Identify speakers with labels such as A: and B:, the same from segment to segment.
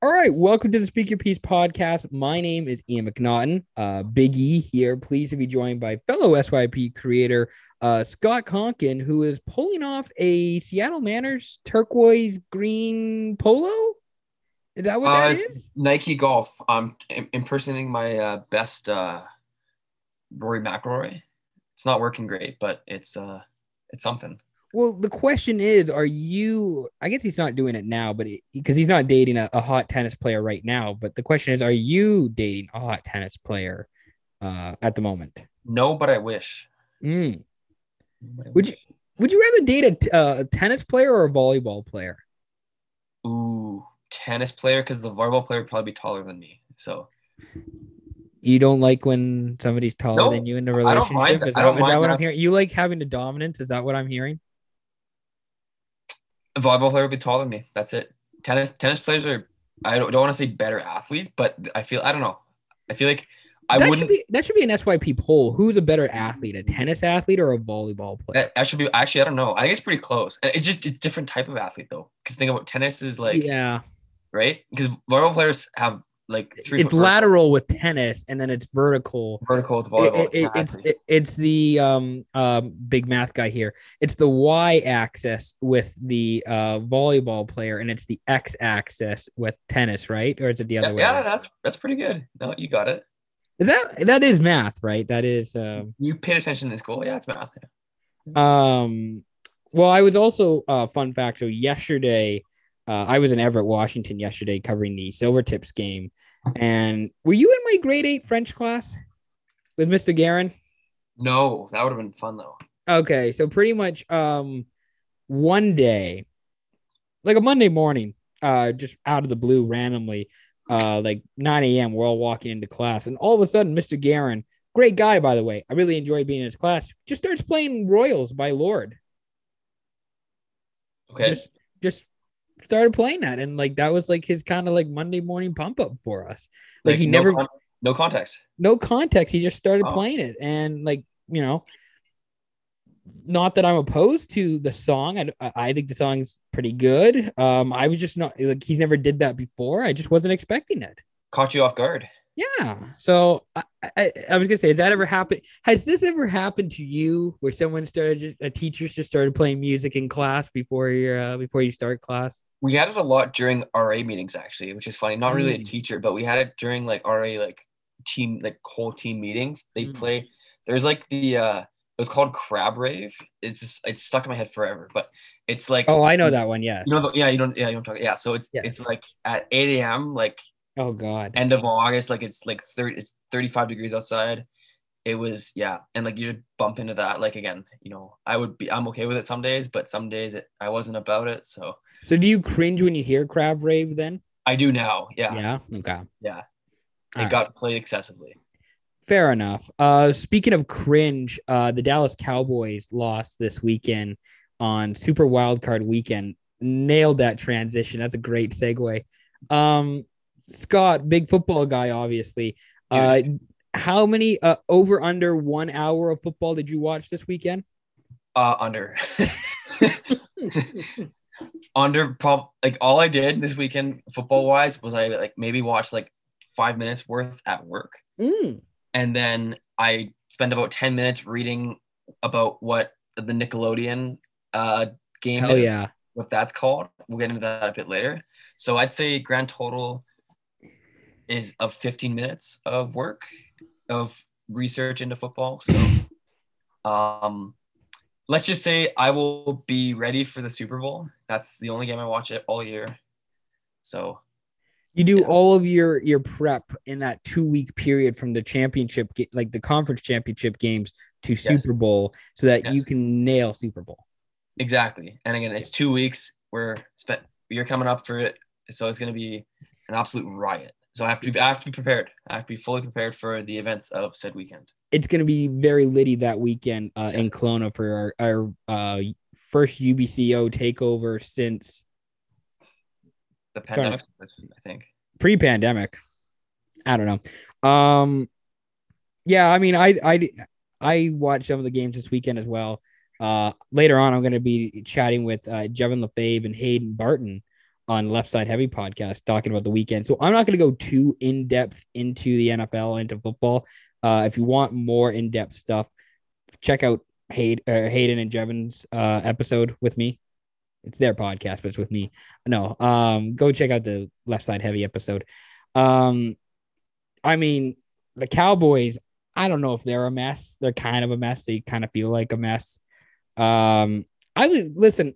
A: All right, welcome to the Speak Your Piece podcast. My name is Ian McNaughton, uh, Big E here. Pleased to be joined by fellow SYP creator uh, Scott Conkin, who is pulling off a Seattle Manners turquoise green polo. Is that what
B: Uh,
A: that
B: it's
A: is?
B: Nike Golf. I'm im- impersonating my uh, best uh, Rory McIlroy. It's not working great, but it's uh, it's something.
A: Well, the question is, are you? I guess he's not doing it now, but because he's not dating a, a hot tennis player right now. But the question is, are you dating a hot tennis player uh, at the moment?
B: No, but I wish.
A: Mm.
B: No, but I
A: Would you would you rather date a, t- uh, a tennis player or a volleyball player?
B: wish. Ooh, tennis player because the volleyball player would probably be taller than me. So
A: You don't like when somebody's taller
B: No,
A: than you in a
B: I
A: relationship.
B: don't mind
A: Is
B: that. I
A: that,
B: don't
A: is that
B: mind
A: what I'm
B: that.
A: hearing? You like having the dominance? Is that what I'm hearing?
B: a volleyball player would be taller than me. That's it. Tennis tennis players are. I don't, don't want to say better athletes, but I feel I don't know. I feel like I
A: that should
B: wouldn't.
A: be that should be an SYP poll. Who's a better athlete, a tennis athlete or a volleyball player?
B: That, that should be actually. I don't know. I think it's pretty close. It- It's just it's different type of athlete though. Because think about tennis is like
A: yeah,
B: right? Because volleyball players have like three
A: it's
B: foot vertical-
A: lateral with tennis, and then it's vertical.
B: vertical with
A: It-
B: volleyball.
A: it- it- it's
B: Exactly.
A: it- it's the um um big math guy here. It's the y axis with the uh volleyball player, and it's the x axis with tennis, right? Or is it the other
B: yeah,
A: way?
B: yeah,
A: around?
B: that's that's pretty good. No, you got it.
A: Is that that is math, right? That is um
B: You paid attention in school. Yeah, it's math.
A: um well, I was also uh fun fact. So yesterday, uh, I was in Everett, Washington yesterday covering the Silver Tips game. And were you in my grade eight French class with Mr. Garin?
B: No, that would have been fun though.
A: Okay, so pretty much um one day, like a Monday morning, uh just out of the blue randomly, uh like 9 a.m. We're all walking into class, and all of a sudden, Mr. Garin, great guy by the way. I really enjoy being in his class, just starts playing Royals by Lord.
B: Okay.
A: Just just started playing that. And like that was like his kind of like Monday morning pump up for us. Like, he
B: no
A: never
B: con- no context.
A: no context. He just started
B: Oh.
A: playing it, and like you know, not that I'm opposed to the song. I I- I think the song's pretty good. Um, I was just not like he's never did that before. I just wasn't expecting it.
B: Caught you off guard.
A: Yeah. So I I, I was gonna say, has that ever happened? Has this ever happened to you, where someone started a teacher's just started playing music in class before your uh, before you start class?
B: We had it a lot during RA meetings actually, which is funny. Not really a
A: Mm.
B: teacher, but we had it during like RA like team like whole team meetings. They
A: Mm.
B: play. There's like the uh it was called crab rave. It's just, it's stuck in my head forever, but it's like
A: Oh, I know that one. Yes.
B: You know, the, yeah, you don't, yeah, you don't talk. Yeah, so it's it's
A: Yes.
B: like at 8 a.m. like
A: oh God.
B: end of August, like it's like 30, it's 35 degrees outside. It was yeah, and like you just bump into that. Like again, you know, I would be, I'm okay with it some days, but some days it, I wasn't about it. So
A: So do you cringe when you hear crab rave? Then.
B: I do now. Yeah,
A: Okay.
B: yeah. It
A: Alright.
B: got played excessively.
A: Fair enough. Uh, speaking of cringe, uh, the Dallas Cowboys lost this weekend on Super Wildcard Weekend. Nailed that transition. That's a great segue. Um, Scott, big football guy, obviously. Uh, how many uh, over under one hour of football did you watch this weekend?
B: Uh, under. under prob like all I did this weekend football wise was I like maybe watched like five minutes worth at work.
A: Mm.
B: and then I spent about 10 minutes reading about what the Nickelodeon uh, game
A: Hell
B: is,
A: yeah.
B: what that's called. We'll get into that a bit later. So I'd say grand total is of 15 minutes of work of research into football. So um, let's just say I will be ready for the Super Bowl. That's the only game I watch it all year. So
A: You do
B: Yeah.
A: all of your your prep in that two week period from the championship, ga- like the conference championship games to Super Bowl, so that you
B: Yes.
A: can nail Super Bowl.
B: Exactly. And again, it's two weeks. We're spent. You're coming up for it, so it's going to be an absolute riot. So I have to. Be, I have to be prepared. I have to be fully prepared for the events of said weekend.
A: it's going to be very litty that weekend uh, in
B: Yes.
A: Kelowna for our, our uh, first UBCO takeover since
B: The pandemic, I think.
A: pre pandemic. I don't know. Um, yeah, I mean, I, I, I watched some of the games this weekend as well. Uh, later on, I'm going to be chatting with uh, Jevin LeFave and Hayden Barton on Left Side Heavy podcast talking about the weekend. So I'm not going to go too in depth into the NFL into football. Uh, if you want more in depth stuff, check out Hay- uh, Hayden and Jevon's uh, episode with me. It's their podcast, but it's with me. No, um, go check out the Left Side Heavy episode. Um, I mean, the Cowboys. I don't know if they're a mess. They're kind of a mess. They kind of feel like a mess. Um, I would listen.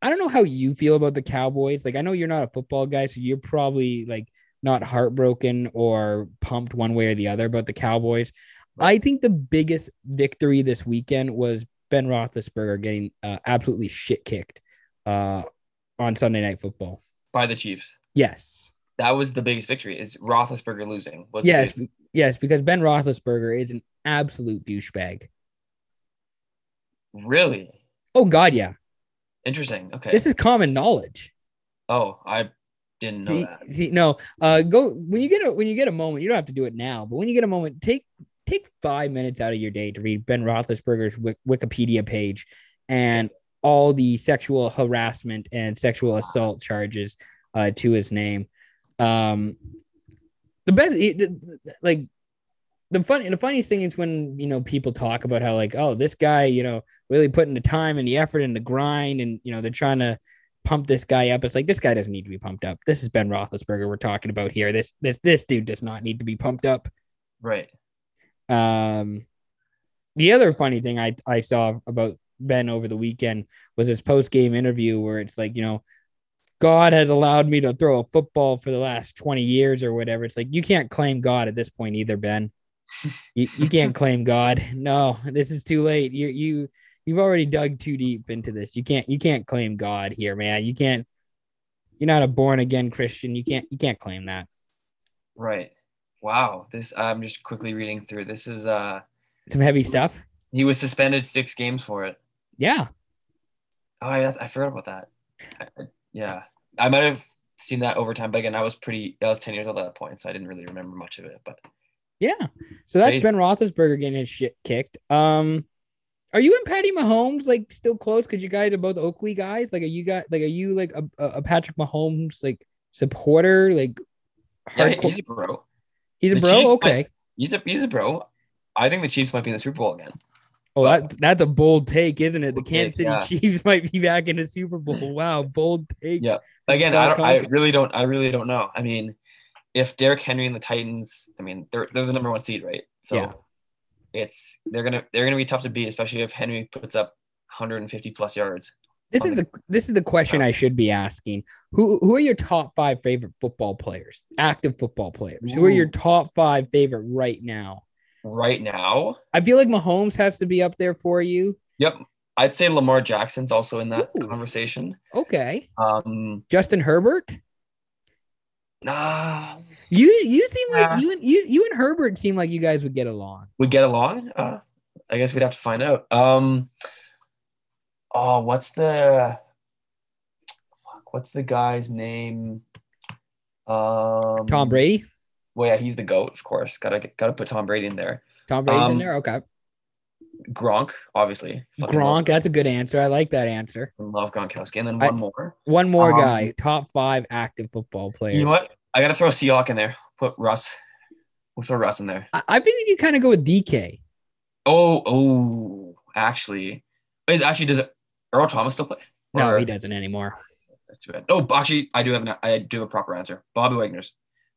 A: I don't know how you feel about the Cowboys. Like, I know you're not a football guy, so you're probably like not heartbroken or pumped one way or the other about the Cowboys. I think the biggest victory this weekend was Ben Roethlisberger getting uh, absolutely shit kicked uh, on Sunday Night Football.
B: by the Chiefs.
A: Yes,
B: That was the biggest victory. Is Roethlisberger losing? Was the
A: yes, be-
B: big-
A: yes, because Ben Roethlisberger is an absolute douchebag.
B: really
A: Oh God, yeah,
B: interesting. Okay.
A: this is common knowledge.
B: oh, I didn't know
A: See,
B: that.
A: see, no, uh, go when you get a when you get a moment. You don't have to do it now, but when you get a moment, take take five minutes out of your day to read Ben Roethlisberger's Wik- Wikipedia page and all the sexual harassment and sexual assault charges uh, to his name. Um, the best, it- the- the- like the fun, the funniest thing is when you know people talk about how like, oh, this guy, you know, really putting the time and the effort and the grind, and you know, they're trying to pump this guy up. It's like this guy doesn't need to be pumped up. This is Ben Roethlisberger we're talking about here. This this this dude does not need to be pumped up.
B: Right.
A: Um, the other funny thing I I saw about Ben over the weekend was his post game interview where it's like you know. God has allowed me to throw a football for the last 20 years or whatever. It's like you can't claim God at this point either, Ben. You, you can't claim God. No, this is too late. You you you've already dug too deep into this. You can't you can't claim God here, man. You can't you're not a born again Christian. You can't you can't claim that.
B: Right. Wow. This I'm just quickly reading through. This is uh
A: Some heavy stuff.
B: he was suspended six games for it.
A: Yeah.
B: Oh, I, I forgot about that. I- I- yeah, I might have seen that over time, but again, I was pretty. I was ten years old at that point, so I didn't really remember much of it. But
A: Yeah. So that's
B: Crazy.
A: Ben Roethlisberger getting his shit kicked. Um are you and Patty Mahomes like still close? Cause you guys are both Oakley guys. Like, are you got like are you like a, a a Patrick Mahomes like supporter? Like,
B: yeah,
A: hardcore?
B: he's a bro.
A: he's a
B: the
A: bro.
B: Chiefs might-
A: okay.
B: He's a he's a bro. I think the Chiefs might be in the Super Bowl again.
A: Oh, that, that's a bold take, isn't it? The
B: Bold take,
A: Kansas City
B: yeah. Mm.
A: Chiefs might be back in the Super Bowl. Wow, bold take.
B: Yeah. Again, I,
A: Start
B: don't, I
A: talking.
B: really don't. I really don't know. I mean, if Derrick Henry and the Titans, I mean, they're they're the number one seed, right? So
A: Yeah.
B: it's they're gonna they're gonna be tough to beat, especially if Henry puts up 150 plus yards.
A: This is the this is the question I should be asking. Who who are your top five favorite football players? Active football players. Who are your
B: Ooh.
A: top five favorite right now?
B: Right now,
A: I feel like Mahomes has to be up there for you.
B: Yep. I'd say Lamar Jackson's also in that
A: Ooh.
B: conversation.
A: Okay,
B: Um,
A: Justin Herbert.
B: nah,
A: You you seem like
B: Yeah.
A: you and you you and Herbert seem like you guys would get along.
B: we get along. Uh, I guess we'd have to find out. Um, oh, what's the fuck, what's the guy's name? Um,
A: Tom Brady.
B: Well, yeah, he's the goat, of course. Gotta get, gotta put Tom Brady in there.
A: Tom Brady's in
B: Um,
A: there. Okay,
B: Gronk, obviously. Fucking
A: Gronk. That's a good answer. I like that answer.
B: Love, love Gronkowski, and then
A: I-
B: one more.
A: One more
B: Um,
A: guy, top five active football players.
B: You know what? I gotta throw Seahawk in there. Put Russ. We'll throw Russ in there.
A: I, I figured you kind of go with DK.
B: Oh, oh, actually, is actually does Earl Thomas still play?
A: No,
B: Or-
A: he doesn't anymore.
B: That's too bad. Oh, actually, I do have an I do have a proper answer. Bobby Wagner's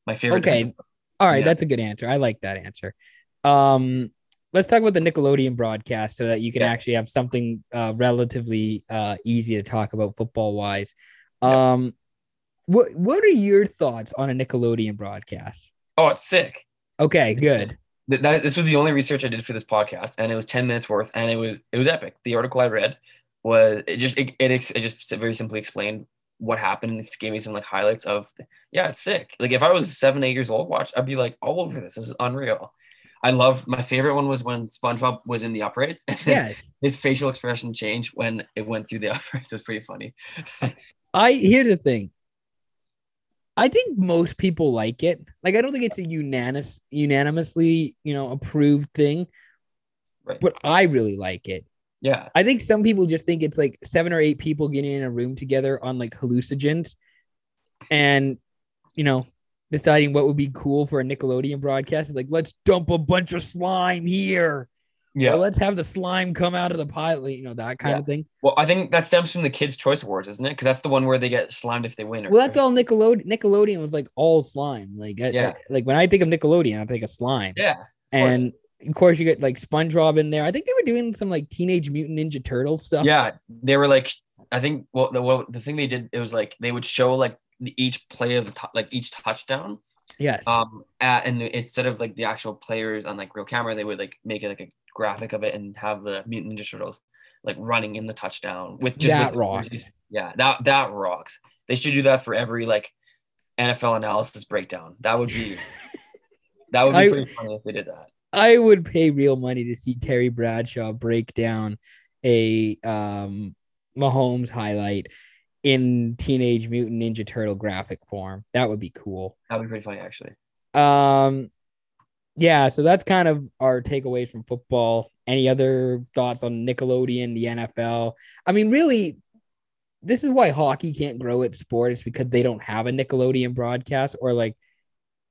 B: my favorite.
A: Okay.
B: defensive-
A: All right,
B: Yeah.
A: that's a good answer. I like that answer. Um, let's talk about the Nickelodeon broadcast so that you can
B: Yeah.
A: actually have something uh, relatively uh, easy to talk about football wise.
B: Yeah.
A: Um, what what are your thoughts on a Nickelodeon broadcast?
B: Oh, it's sick.
A: Okay, good.
B: Th- that- this was the only research I did for this podcast, and it was ten minutes worth, and it was it was epic. The article I read was it just it it, ex- it just very simply explained what happened. and It gave me some like highlights of yeah, it's sick. Like if I was seven eight years old, watch, I'd be like all over this. This is unreal. I love my favorite one was when SpongeBob was in the operates. and then
A: Yes,
B: his facial expression changed when it went through the uprights. It's pretty funny.
A: I here's the thing. I think most people like it. Like I don't think it's a unanimous unanimously, you know, approved thing,
B: Right.
A: but I really like it.
B: Yeah.
A: I think some people just think it's like seven or eight people getting in a room together on like hallucinogens and you know deciding what would be cool for a Nickelodeon broadcast. It's like let's dump a bunch of slime here.
B: Yeah.
A: Or let's have the slime come out of the pilot. You know that kind
B: Yeah.
A: of thing.
B: Well, I think that stems from the Kids' Choice Awards, isn't it? Because that's the one where they get slimed if they win. or-
A: Well, that's all Nickelodeon. Nickelodeon was like all slime. Like I-
B: Yeah.
A: I- like when I think of Nickelodeon, I think of slime.
B: Yeah. course.
A: and of course you get like SpongeBob in there. I think they were doing some like Teenage Mutant Ninja Turtle stuff.
B: Yeah. They were like, I think, well, the, well, the thing they did, it was like they would show like the- each play of the, tou- like each touchdown.
A: Yes.
B: Um, at, and instead of like the actual players on like real camera, they would like make it like a graphic of it and have the Mutant Ninja Turtles like running in the touchdown with just
A: that
B: with-
A: rocks.
B: Yeah, that that rocks. They should do that for every like NFL analysis breakdown. That would be that would be
A: I-
B: pretty funny if they did that.
A: I would pay real money to see Terry Bradshaw break down a um Mahomes highlight in Teenage Mutant Ninja Turtle graphic form. That would be cool.
B: That would be pretty funny actually.
A: Um yeah, so that's kind of our takeaways from football. Any other thoughts on Nickelodeon, the NFL? I mean, really, this is why hockey can't grow its sport. It's because they don't have a Nickelodeon broadcast or like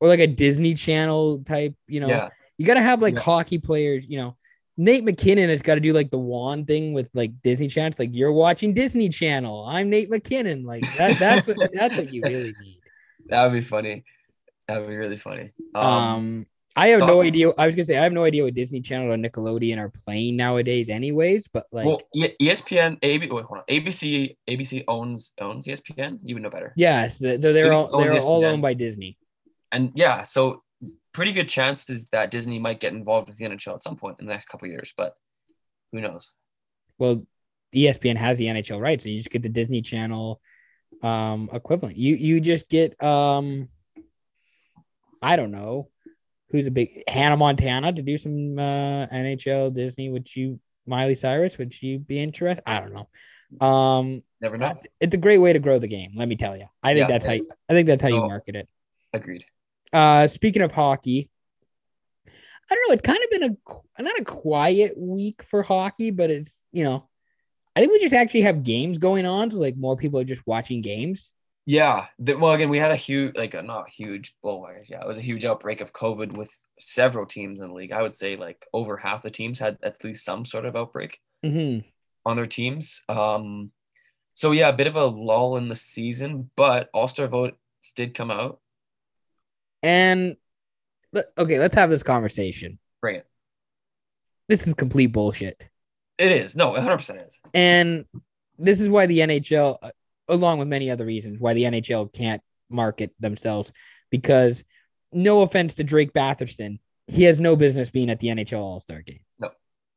A: or like a Disney Channel type, you know.
B: yeah,
A: You gotta have like
B: Yeah.
A: hockey players, you know. Nate McKinnon has got to do like the wand thing with like Disney Channel. It's like you're watching Disney Channel. I'm Nate McKinnon. Like that, that's what, that's what you really need.
B: that would be funny. That would be really funny. Um,
A: Um, I have no
B: thought-
A: idea. I was gonna say I have no idea what Disney Channel or Nickelodeon are playing nowadays, anyways. But like,
B: well, E- ESPN, AB, wait, hold on. ABC, ABC owns owns E ESPN. You would know better.
A: yes, so they're all
B: owns
A: they're all
B: ESPN.
A: owned by Disney.
B: and yeah, so pretty good chance is that Disney might get involved with the NHL at some point in the next couple of years, but who knows?
A: Well, E ESPN has the NHL rights, so you just get the Disney Channel um equivalent. You you just get um I don't know who's a big Hannah Montana to do some uh NHL Disney, would you Miley Cyrus, would you be interested? I don't know. Um
B: Never know.
A: it's a great way to grow the game, let me tell you. I think
B: Yeah.
A: that's how you, I think that's how you
B: So-
A: market it.
B: Agreed.
A: Uh, speaking of hockey, I don't know. It's kind of been a qu- not a quiet week for hockey, but it's you know, I think we just actually have games going on, so like more people are just watching games.
B: Yeah. The, well, again, we had a huge, like, a, not huge, well, I guess, yeah, it was a huge outbreak of COVID with several teams in the league. I would say like over half the teams had at least some sort of outbreak
A: Mm-hmm.
B: on their teams. Um, so yeah, a bit of a lull in the season, but All Star votes did come out.
A: And let- okay, let's have this conversation.
B: Bring it.
A: This is complete bullshit,
B: It is no, 100 percent is.
A: and this is why the NHL, uh, along with many other reasons, why the NHL can't market themselves because, no offense to Drake Batherson, he has no business being at the NHL All Star game.
B: No,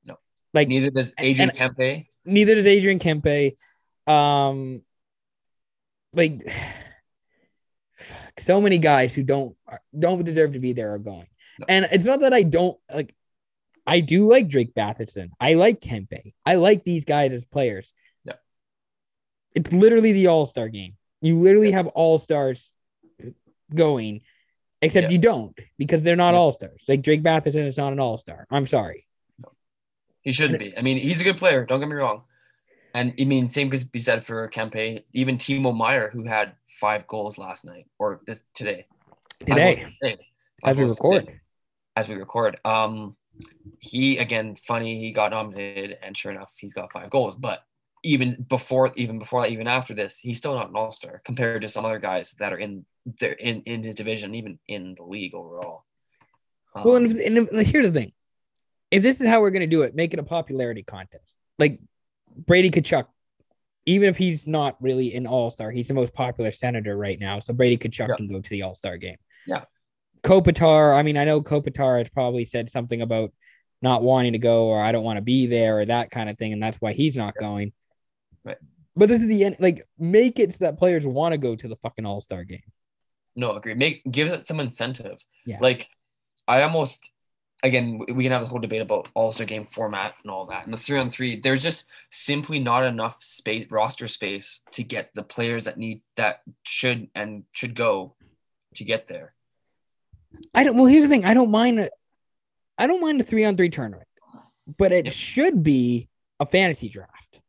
B: no.
A: Like
B: Neither does
A: and-
B: Adrian
A: and-
B: Kempe.
A: neither does Adrian Kempe. Um, like fuck, so many guys who don't don't deserve to be there are going,
B: No.
A: and it's not that I don't like. I do like Drake Batherson. I like Kempe. I like these guys as players.
B: Yeah.
A: It's literally the All Star game. You literally have All Stars going, except
B: Yeah.
A: you don't because they're not
B: Yeah.
A: All Stars. Like Drake Batherson is not an All Star. I'm sorry.
B: He shouldn't be. I mean, he's a good player. Don't get me wrong. And I mean, same could be said for Kempe. Even Timo Meyer, who had five goals last night or this today. Five
A: Today,
B: goals today. Five
A: as we
B: goals
A: record.
B: today. As we record. Um, he again, funny. He got nominated, and sure enough, he's got five goals. But even before, even before that, even after this, he's still not an All Star compared to some other guys that are in there in in his division, even in the league overall. Um,
A: Well, and, if, and if- like, here's the thing: if this is how we're gonna do it, make it a popularity contest. Like Brady Kachuk, even if he's not really an All Star, he's the most popular senator right now. So Brady Kachuk
B: Yeah.
A: can go to the All Star game.
B: Yeah.
A: Kopitar. I mean, I know Kopitar has probably said something about not wanting to go or I don't want to be there or that kind of thing, and that's why he's not going.
B: Right.
A: But this is the end. Like, make it so that players want to go to the fucking All Star game.
B: No, agree. Make give it some incentive.
A: Yeah.
B: Like I almost again we- we can have the whole debate about all-star game format and all that. And the three on three, there's just simply not enough space roster space to get the players that need that should and should go to get there.
A: I don't. Well, here's the thing. I don't mind. A, I don't mind a three on three tournament, but it
B: Yeah.
A: should be a fantasy draft.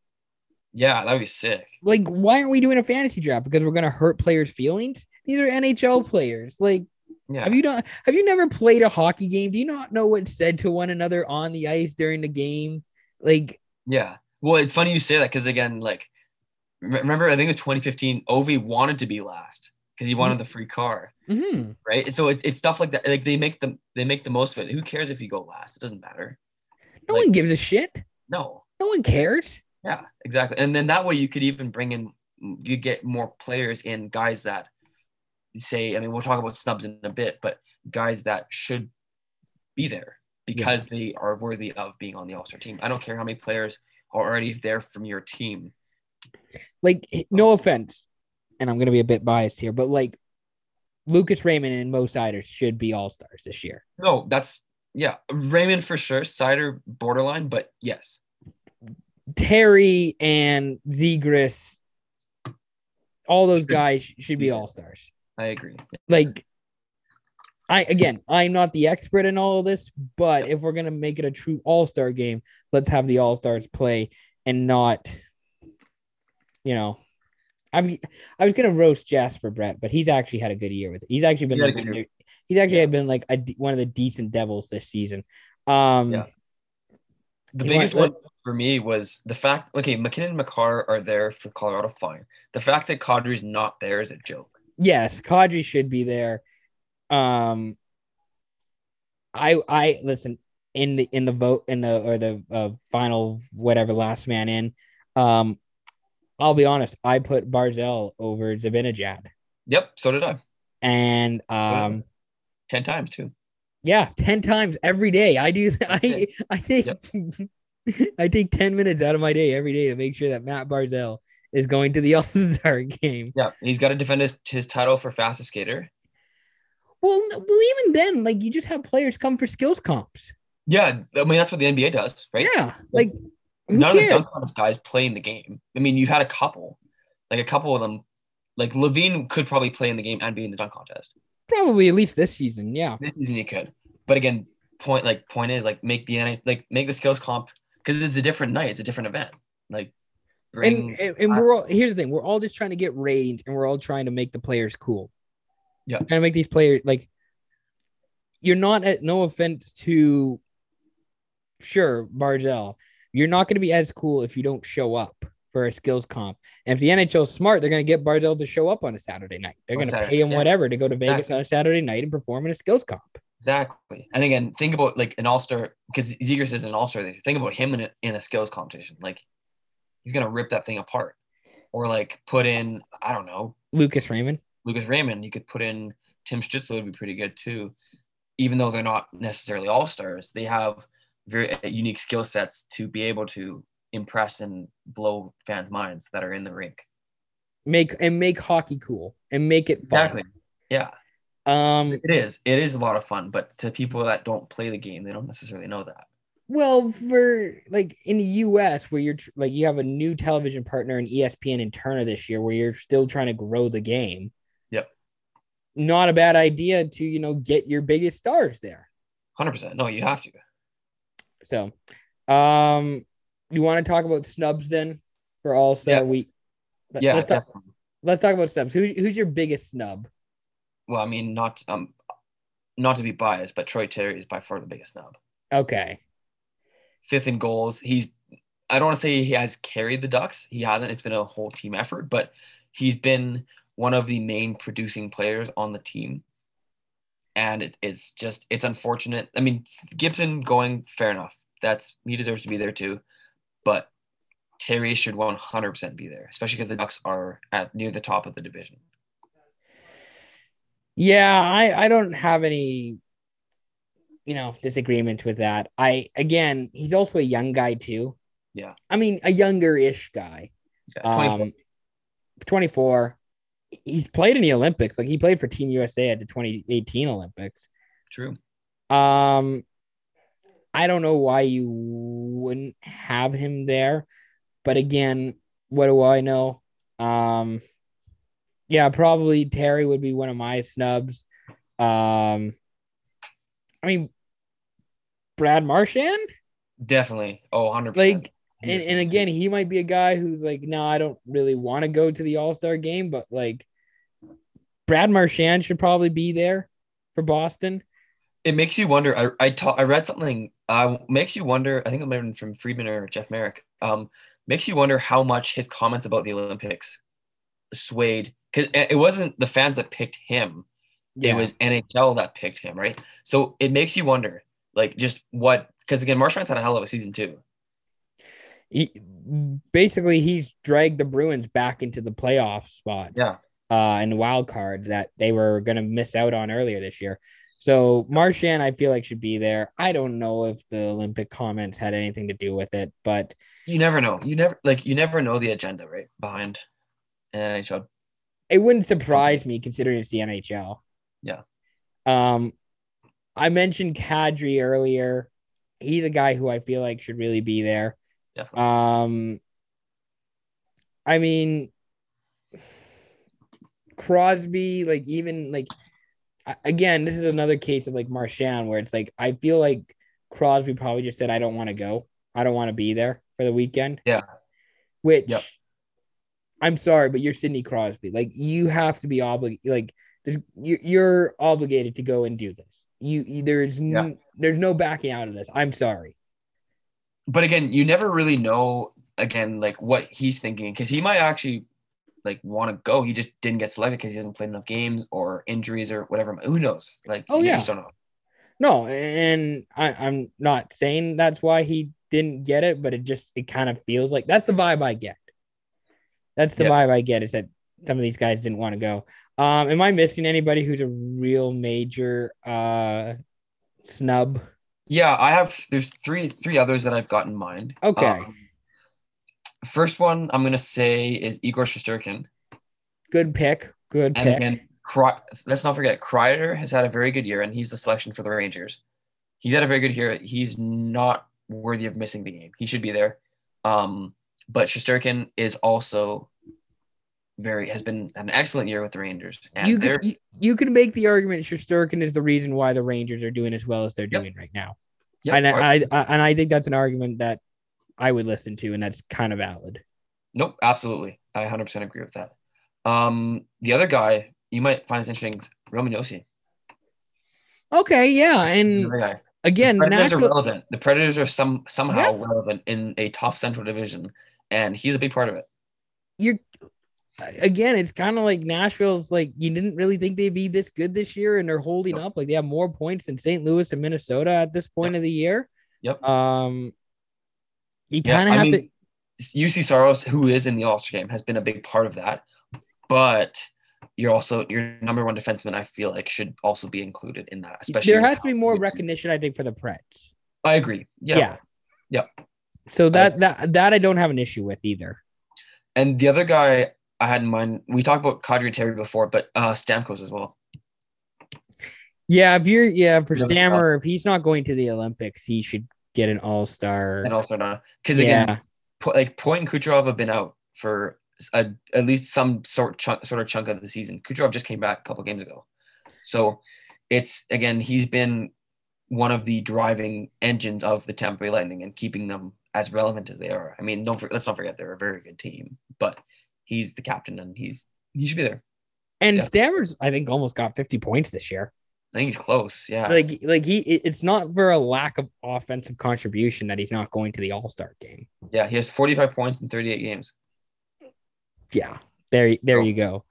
B: Yeah, that would be sick.
A: Like, why aren't we doing a fantasy draft? Because we're gonna hurt players' feelings. These are NHL players. Like,
B: Yeah.
A: have you not? Have you never played a hockey game? Do you not know what's said to one another on the ice during the game? Like,
B: Yeah. Well, it's funny you say that because again, like, re- remember I think it was 2015. Ovi wanted to be last because he wanted
A: Mm-hmm.
B: the free car,
A: mhm.
B: right? So it's it's stuff like that. Like they make the they make the most of it. Who cares if you go last? It doesn't matter.
A: no
B: Like-
A: one gives a shit.
B: No.
A: No one cares.
B: Yeah. Exactly. And then that way you could even bring in you get more players in guys that say I mean we'll talk about snubs in a bit, but guys that should be there because they are worthy of being on the All Star team. I don't care how many players are already there from your team.
A: Like,
B: Oh.
A: no offense, and I'm gonna be a bit biased here, but like, Lucas Raymond and Mo Siders should be all stars this year.
B: No, that's yeah. Raymond for sure. Cider borderline, but yes.
A: Terry and Zegris, all those guys sh- should be all stars.
B: I agree.
A: Like, I again, I'm not the expert in all of this, but if we're gonna make it a true all star game, let's have the all stars play and not, you know, I'm I was gonna roast Jasper Brett, but he's actually had a good year with it. He's actually been
B: He had a
A: like
B: good
A: a
B: year.
A: new- he's actually
B: Yeah.
A: been like a, de- one of the decent Devils this season. Um,
B: Yeah. The
A: You know
B: biggest
A: what,
B: one for me was the fact okay, McKinnon and McCarr are there for Colorado fine. The fact that Kadri's not there is a joke.
A: yes, Kadri should be there. Um, I I listen in the in the vote in the or the uh, final whatever last man in. Um, I'll be honest, I put Barzell over Zabinajad,
B: Yep, so did I.
A: and um,
B: Ten times too.
A: yeah, ten times every day. I do. I I take I take ten minutes out of my day every day to make sure that Matt Barzell is going to the All Star game.
B: Yeah. He's gotta defend his, his title for fastest skater.
A: Well, n- well, even then, like you just have players come for skills comps.
B: Yeah, I mean that's what the NBA does, right?
A: Yeah, like who
B: None
A: cares?
B: of the dunk contest guys play in the game. I mean, you've had a couple, like a couple of them. Like Levine could probably play in the game and be in the dunk contest.
A: Probably at least this season. Yeah,
B: this season you could. But again, point like point is like make the NH- like make the skills comp because it's a different night, it's a different event. Like
A: and
B: bring
A: and, and we're all here's the thing: we're all just trying to get ratings, and we're all trying to make the players cool.
B: Yeah.
A: trying to make these players like you're not at no offense to sure Barzell, you're not going to be as cool if you don't show up for a skills comp. And if the NHL's smart, they're going to get Barzell to show up on a Saturday night. They're
B: On
A: going to
B: Saturday,
A: pay him
B: yeah.
A: whatever to go to Vegas
B: Exactly.
A: on a Saturday night and perform in a skills comp.
B: exactly. And again, think about like an all star because Zegers is an all star. Think about him in a, in a skills competition. Like he's gonna rip that thing apart, or like put in I don't know
A: Lucas Raymond.
B: Lucas Raymond. You could put in Tim Stützle would be pretty good too, even though they're not necessarily all stars. They have very uh, unique skill sets to be able to impress and blow fans' minds that are in the rink.
A: Make and make hockey cool and make it fun.
B: Exactly. Yeah,
A: Um,
B: it is. It is a lot of fun, but to people that don't play the game, they don't necessarily know that.
A: Well, for like in the US, where you're tr- like you have a new television partner in E ESPN and Turner this year, where you're still trying to grow the game.
B: Yep.
A: Not a bad idea to you know get your biggest stars there.
B: Hundred percent. No, you have to.
A: So, um, you want to talk about snubs then for All Star
B: Yeah.
A: Week? Let-
B: Yeah.
A: Let's talk,
B: definitely.
A: let's talk about snubs. Who's who's your biggest snub?
B: Well, I mean, not um, not to be biased, but Troy Terry is by far the biggest snub.
A: Okay.
B: fifth in goals. He's I don't want to say he has carried the Ducks. He hasn't. It's been a whole team effort, but he's been one of the main producing players on the team. And it, it's just it's unfortunate. I mean, Gibson going fair enough. That's he deserves to be there too, but Terry should 100% be there, especially because the Ducks are at near the top of the division.
A: Yeah, I I don't have any you know disagreement with that. I again, he's also a young guy too.
B: Yeah.
A: I mean, a younger-ish guy.
B: Yeah, 24.
A: Um 24. He's played in the Olympics. Like he played for Team USA at the 2018 Olympics.
B: True.
A: Um I don't know why you wouldn't have him there, but again, what do I know? Um yeah, probably Terry would be one of my snubs. Um I mean Brad Marchand?
B: Definitely. Oh, 100%.
A: Like and, and again, he might be a guy who's like, no, I don't really want to go to the All Star game, but like, Brad Marchand should probably be there for Boston.
B: it makes you wonder. I I, ta- I read something. Uh, makes you wonder. I think it might have been from Friedman or Jeff Merrick. Um, makes you wonder how much his comments about the Olympics swayed because it wasn't the fans that picked him. It was NHL that picked him, right? So it makes you wonder, like, just what? Because again, Marchand's had a hell of a season too.
A: he, basically he's dragged the Bruins back into the playoff spot.
B: Yeah.
A: Uh, in the wild card that they were going to miss out on earlier this year. So Marchand, I feel like should be there. I don't know if the Olympic comments had anything to do with it, but
B: You never know. You never like you never know the agenda, right? Behind an NHL
A: it wouldn't surprise me considering it's the NHL.
B: Yeah.
A: Um, I mentioned Kadri earlier. He's a guy who I feel like should really be there.
B: definitely.
A: Um, I mean, Crosby, like even like a- again, this is another case of like Marchand, where it's like I feel like Crosby probably just said, "I don't want to go. I don't want to be there for the weekend."
B: Yeah.
A: Which
B: Yep.
A: I'm sorry, but you're Sidney Crosby. Like you have to be obligated. Like there's, you- you're obligated to go and do this. You, you there's n-
B: Yeah.
A: there's no backing out of this. I'm sorry.
B: but again, you never really know again like what he's thinking because he might actually like want to go. He just didn't get selected because he hasn't played enough games or injuries or whatever. Who knows? Like,
A: Oh,
B: you
A: yeah.
B: just don't know.
A: No, and I, I'm not saying that's why he didn't get it, but it just it kind of feels like that's the vibe I get. That's the
B: Yeah.
A: vibe I get is that some of these guys didn't want to go. Um, am I missing anybody who's a real major uh snub?
B: Yeah, I have. There's three three others that I've got in mind. Um,
A: Okay.
B: first one I'm gonna say is Igor Shosturkin,
A: Good pick. Good
B: and
A: pick.
B: again, Cry- let's not forget Kreider has had a very good year, and he's the selection for the Rangers. He's had a very good year. He's not worthy of missing the game. He should be there. Um, but Shosturkin is also very has been an excellent year with the Rangers. And
A: you
B: they're
A: could you, you could make the argument Shusterkin is the reason why the Rangers are doing as well as they're
B: Yep.
A: doing right now.
B: Yep,
A: and
B: or-
A: I, I, I and I think that's an argument that I would listen to, and that's kind of valid.
B: Nope, absolutely. I 100% agree with that. Um, the other guy, you might find this interesting, Roman Yossi.
A: Okay, yeah,
B: The
A: and
B: other guy.
A: again,
B: the Predators
A: Nashville,
B: are relevant. The Predators are some somehow relevant in a tough Central Division, and he's a big part of it.
A: you're again, it's kind of like Nashville's like you didn't really think they'd be this good this year, and they're holding
B: Nope.
A: up. Like they have more points than St. Louis and Minnesota at this point of the year.
B: Yep.
A: Um, you
B: Yeah,
A: kind of
B: I
A: have
B: mean,
A: to.
B: UC Soros, who is in the All Star game, has been a big part of that. But you're also your number one defenseman. I feel like should also be included in that, especially
A: There
B: with
A: has to be
B: how-
A: more recognition, I think, for the Preds.
B: I agree. Yeah.
A: Yeah.
B: Yep.
A: So that that that I don't have an issue with either.
B: And the other guy I had in mind, we talked about Kadri Terry before, but uh, Stamkos as well.
A: Yeah, if you're yeah for
B: No, it's not.
A: Stammer, if he's not going to the Olympics, he should get an All Star.
B: and also uh, not because
A: Yeah,
B: again, po- like Point and Kucherov have been out for s- a, at least some sort chunk, sort of chunk of the season. Kucherov just came back a couple games ago, so it's again he's been one of the driving engines of the Tampa Bay Lightning and keeping them as relevant as they are. I mean, don't for, let's not forget they're a very good team, but he's the captain and he's he should be there.
A: and
B: yeah.
A: Stammer's I think almost got fifty points this year.
B: I think he's close. Yeah,
A: like like he it- it's not for a lack of offensive contribution that he's not going to the all-star game
B: yeah, he has 45 points in 38 games.
A: yeah there there
B: Oh.
A: you go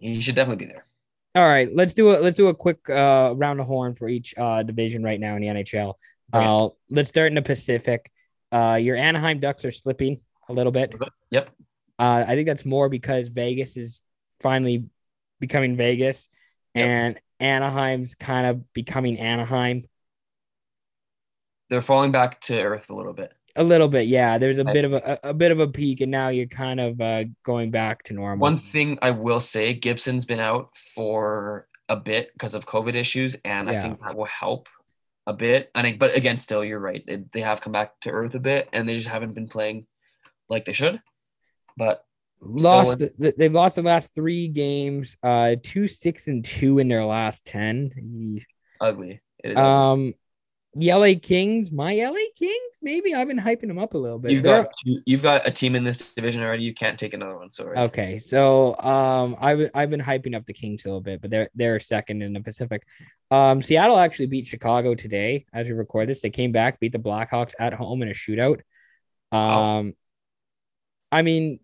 B: He should definitely be there.
A: all right let's do a let's do a quick uh round of horn for each uh division right now in the nhl
B: Okay.
A: uh let's start in the pacific uh your anaheim ducks are slipping a little bit
B: Yep.
A: uh i think that's more because vegas is finally becoming vegas
B: Yep.
A: and anaheim's kind of becoming anaheim
B: They're falling back to earth a little bit.
A: A little bit, yeah. There's a
B: Right.
A: bit of a, a a bit of a peak, and now you're kind of uh, going back to normal.
B: One thing I will say, Gibson's been out for a bit because of COVID issues, and I
A: Yeah.
B: think that will help a bit. And I, but again, still, you're right. They, they have come back to earth a bit, and they just haven't been playing like they should. But
A: lost.
B: still
A: The, the- they've lost the last three games. Uh, two six and two in their last ten.
B: ugly. It is ugly.
A: Um, The LA Kings, my LA Kings, maybe I've been hyping them up a little bit.
B: You've
A: They're-
B: got two, you've got a team in this division already. You can't take another one. Sorry.
A: Okay, so um, I've I've been hyping up the Kings a little bit, but they're they're second in the Pacific. Um, Seattle actually beat Chicago today as we record this. They came back, beat the Blackhawks at home in a shootout. Um, I mean,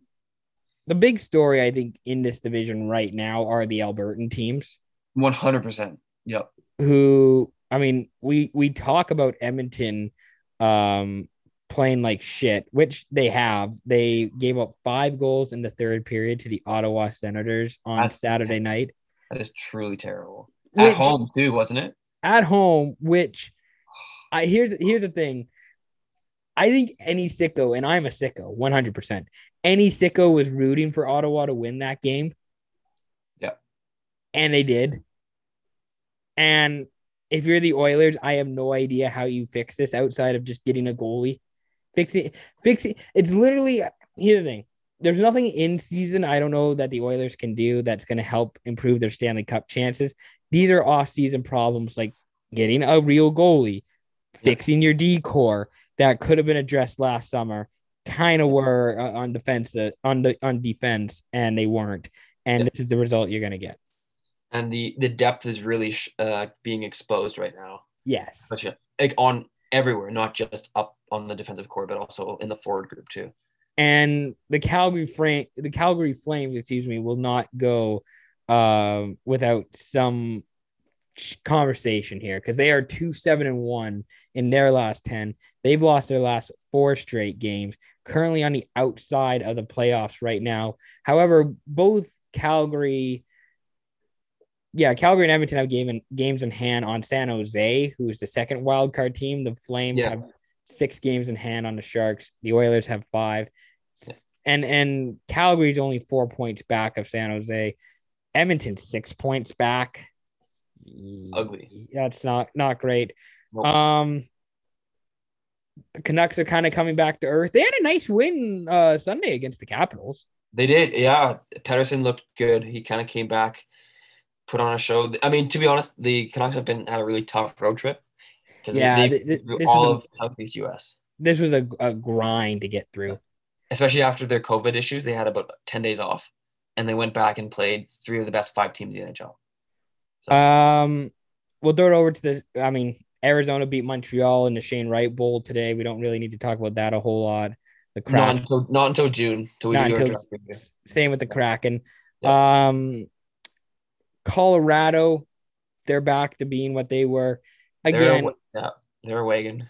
A: the big story I think in this division right now are the Albertan teams
B: One hundred percent. Yep.
A: who I mean, we we talk about Edmonton um playing like shit, which they have. They gave up five goals in the third period to the Ottawa Senators on
B: That's-
A: Saturday night.
B: That is truly terrible. At
A: Which-
B: home too, wasn't it?
A: At home, which I here's here's the thing. I think any sicko, and I'm a sicko, 100%. Any sicko was rooting for Ottawa to win that game.
B: Yeah.
A: And they did. And if you're the Oilers, I have no idea how you fix this outside of just getting a goalie. Fixing, fixing. It's literally here's the thing. There's nothing in season I don't know that the Oilers can do that's going to help improve their Stanley Cup chances. These are off-season problems like getting a real goalie, fixing your decor that could have been addressed last summer. Kind of were uh, on defense uh, on the on defense, and they weren't. And
B: Yeah.
A: this is the result you're going to get.
B: And the the depth is really sh- uh, being exposed right now.
A: Yes.
B: But yeah, like on everywhere, not just up on the defensive core, but also in the forward group too.
A: and the Calgary Fran- the Calgary Flames, excuse me, will not go um, without some ch- conversation here because they are two seven and one in their last ten. They've lost their last four straight games. Currently on the outside of the playoffs right now. However, both Calgary. Yeah, Calgary and Edmonton have game in, games in hand on San Jose, who is the second wild card team. The Flames
B: Yeah.
A: have six games in hand on the Sharks. The Oilers have five,
B: Yeah.
A: and and Calgary's only four points back of San Jose. Edmonton six points back.
B: Ugly.
A: That's not not great.
B: Nope.
A: Um, the Canucks are kind of coming back to earth. They had a nice win uh Sunday against the Capitals.
B: They did, yeah. Pedersen looked good. He kind of came back, put on a show. I mean, to be honest, the Canucks have been had a really tough road trip because
A: Yeah,
B: they,
A: th- th-
B: through
A: this is
B: all
A: the-
B: of Southeast US,
A: This was a, a grind to get through.
B: especially after their COVID issues. They had about ten days off, and they went back and played three of the best five teams in the NHL.
A: Um, we'll throw it over to the. I mean, Arizona beat Montreal in the Shane Wright Bowl today. We don't really need to talk about that a whole lot. The
B: Not
A: Kraken,
B: until not until June till we
A: Not
B: do our
A: until-
B: draft review.
A: same with the Kraken.
B: Yeah.
A: Um, Colorado, they're back to being what they were.
B: They're a
A: Again,
B: wa- yeah, they're a wagon.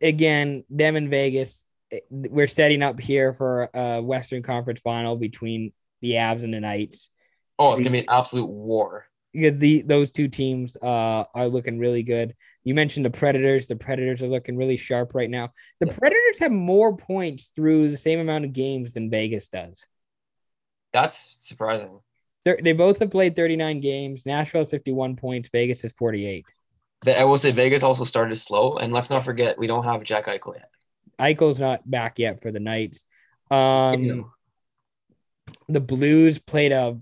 A: again, them in Vegas. it- We're setting up here for a Western Conference final between the Avs and the Knights.
B: Oh, it's gonna be an absolute war.
A: because the those two teams uh, are looking really good. You mentioned the Predators. The Predators are looking really sharp right now. The
B: Yeah.
A: Predators have more points through the same amount of games than Vegas does.
B: That's surprising.
A: They're, they both have played 39 games. Nashville has 51 points. Vegas is 48.
B: Ve- I will say Vegas also started slow, and let's not forget we don't have Jack Eichel yet.
A: Eichel's not back yet for the Knights.
B: You
A: Um,
B: know,
A: the Blues played a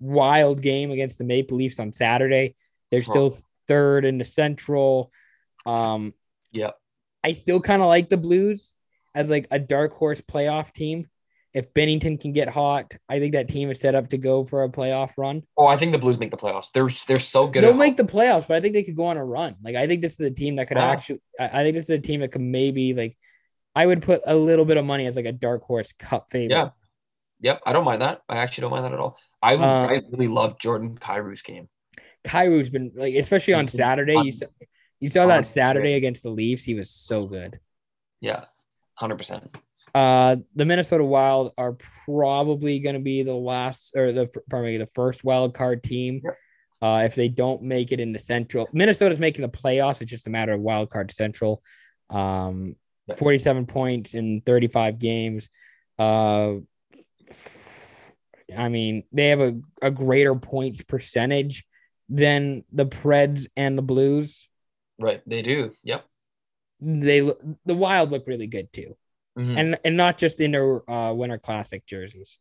A: wild game against the Maple Leafs on Saturday. They're
B: Sure.
A: still third in the Central. Um,
B: yeah.
A: I still kind of like the Blues as like a dark horse playoff team. If Bennington can get hot, I think that team is set up to go for a playoff run.
B: Oh, I think the Blues make the playoffs. They're they're so good.
A: They'll
B: at
A: make
B: home.
A: the playoffs, but I think they could go on a run. Like I think this is a team that could
B: Wow.
A: actually. I I think this is a team that could maybe like. I would put a little bit of money as like a dark horse cup favorite.
B: Yeah. Yep, I don't mind that. I actually don't mind that at all. I,
A: Uh,
B: I really love Jordan Kyrie's game.
A: Kairu's been like, especially on
B: Mhm.
A: Saturday. You saw, you saw
B: Um,
A: that Saturday against the Leafs. He was so good.
B: Yeah, hundred percent.
A: Uh, the Minnesota Wild are probably going to be the last or the pardon me, the first wild card team.
B: Yep.
A: Uh, if they don't make it in the Central, Minnesota's making the playoffs. It's just a matter of wild card Central. Um,
B: Yep.
A: 47 points in 35 games. Uh, I mean, they have a, a greater points percentage than the Preds and the Blues.
B: Right, they do. Yep.
A: They look the Wild look really good too
B: Mhm.
A: and and not just in their uh, winter classic jerseys.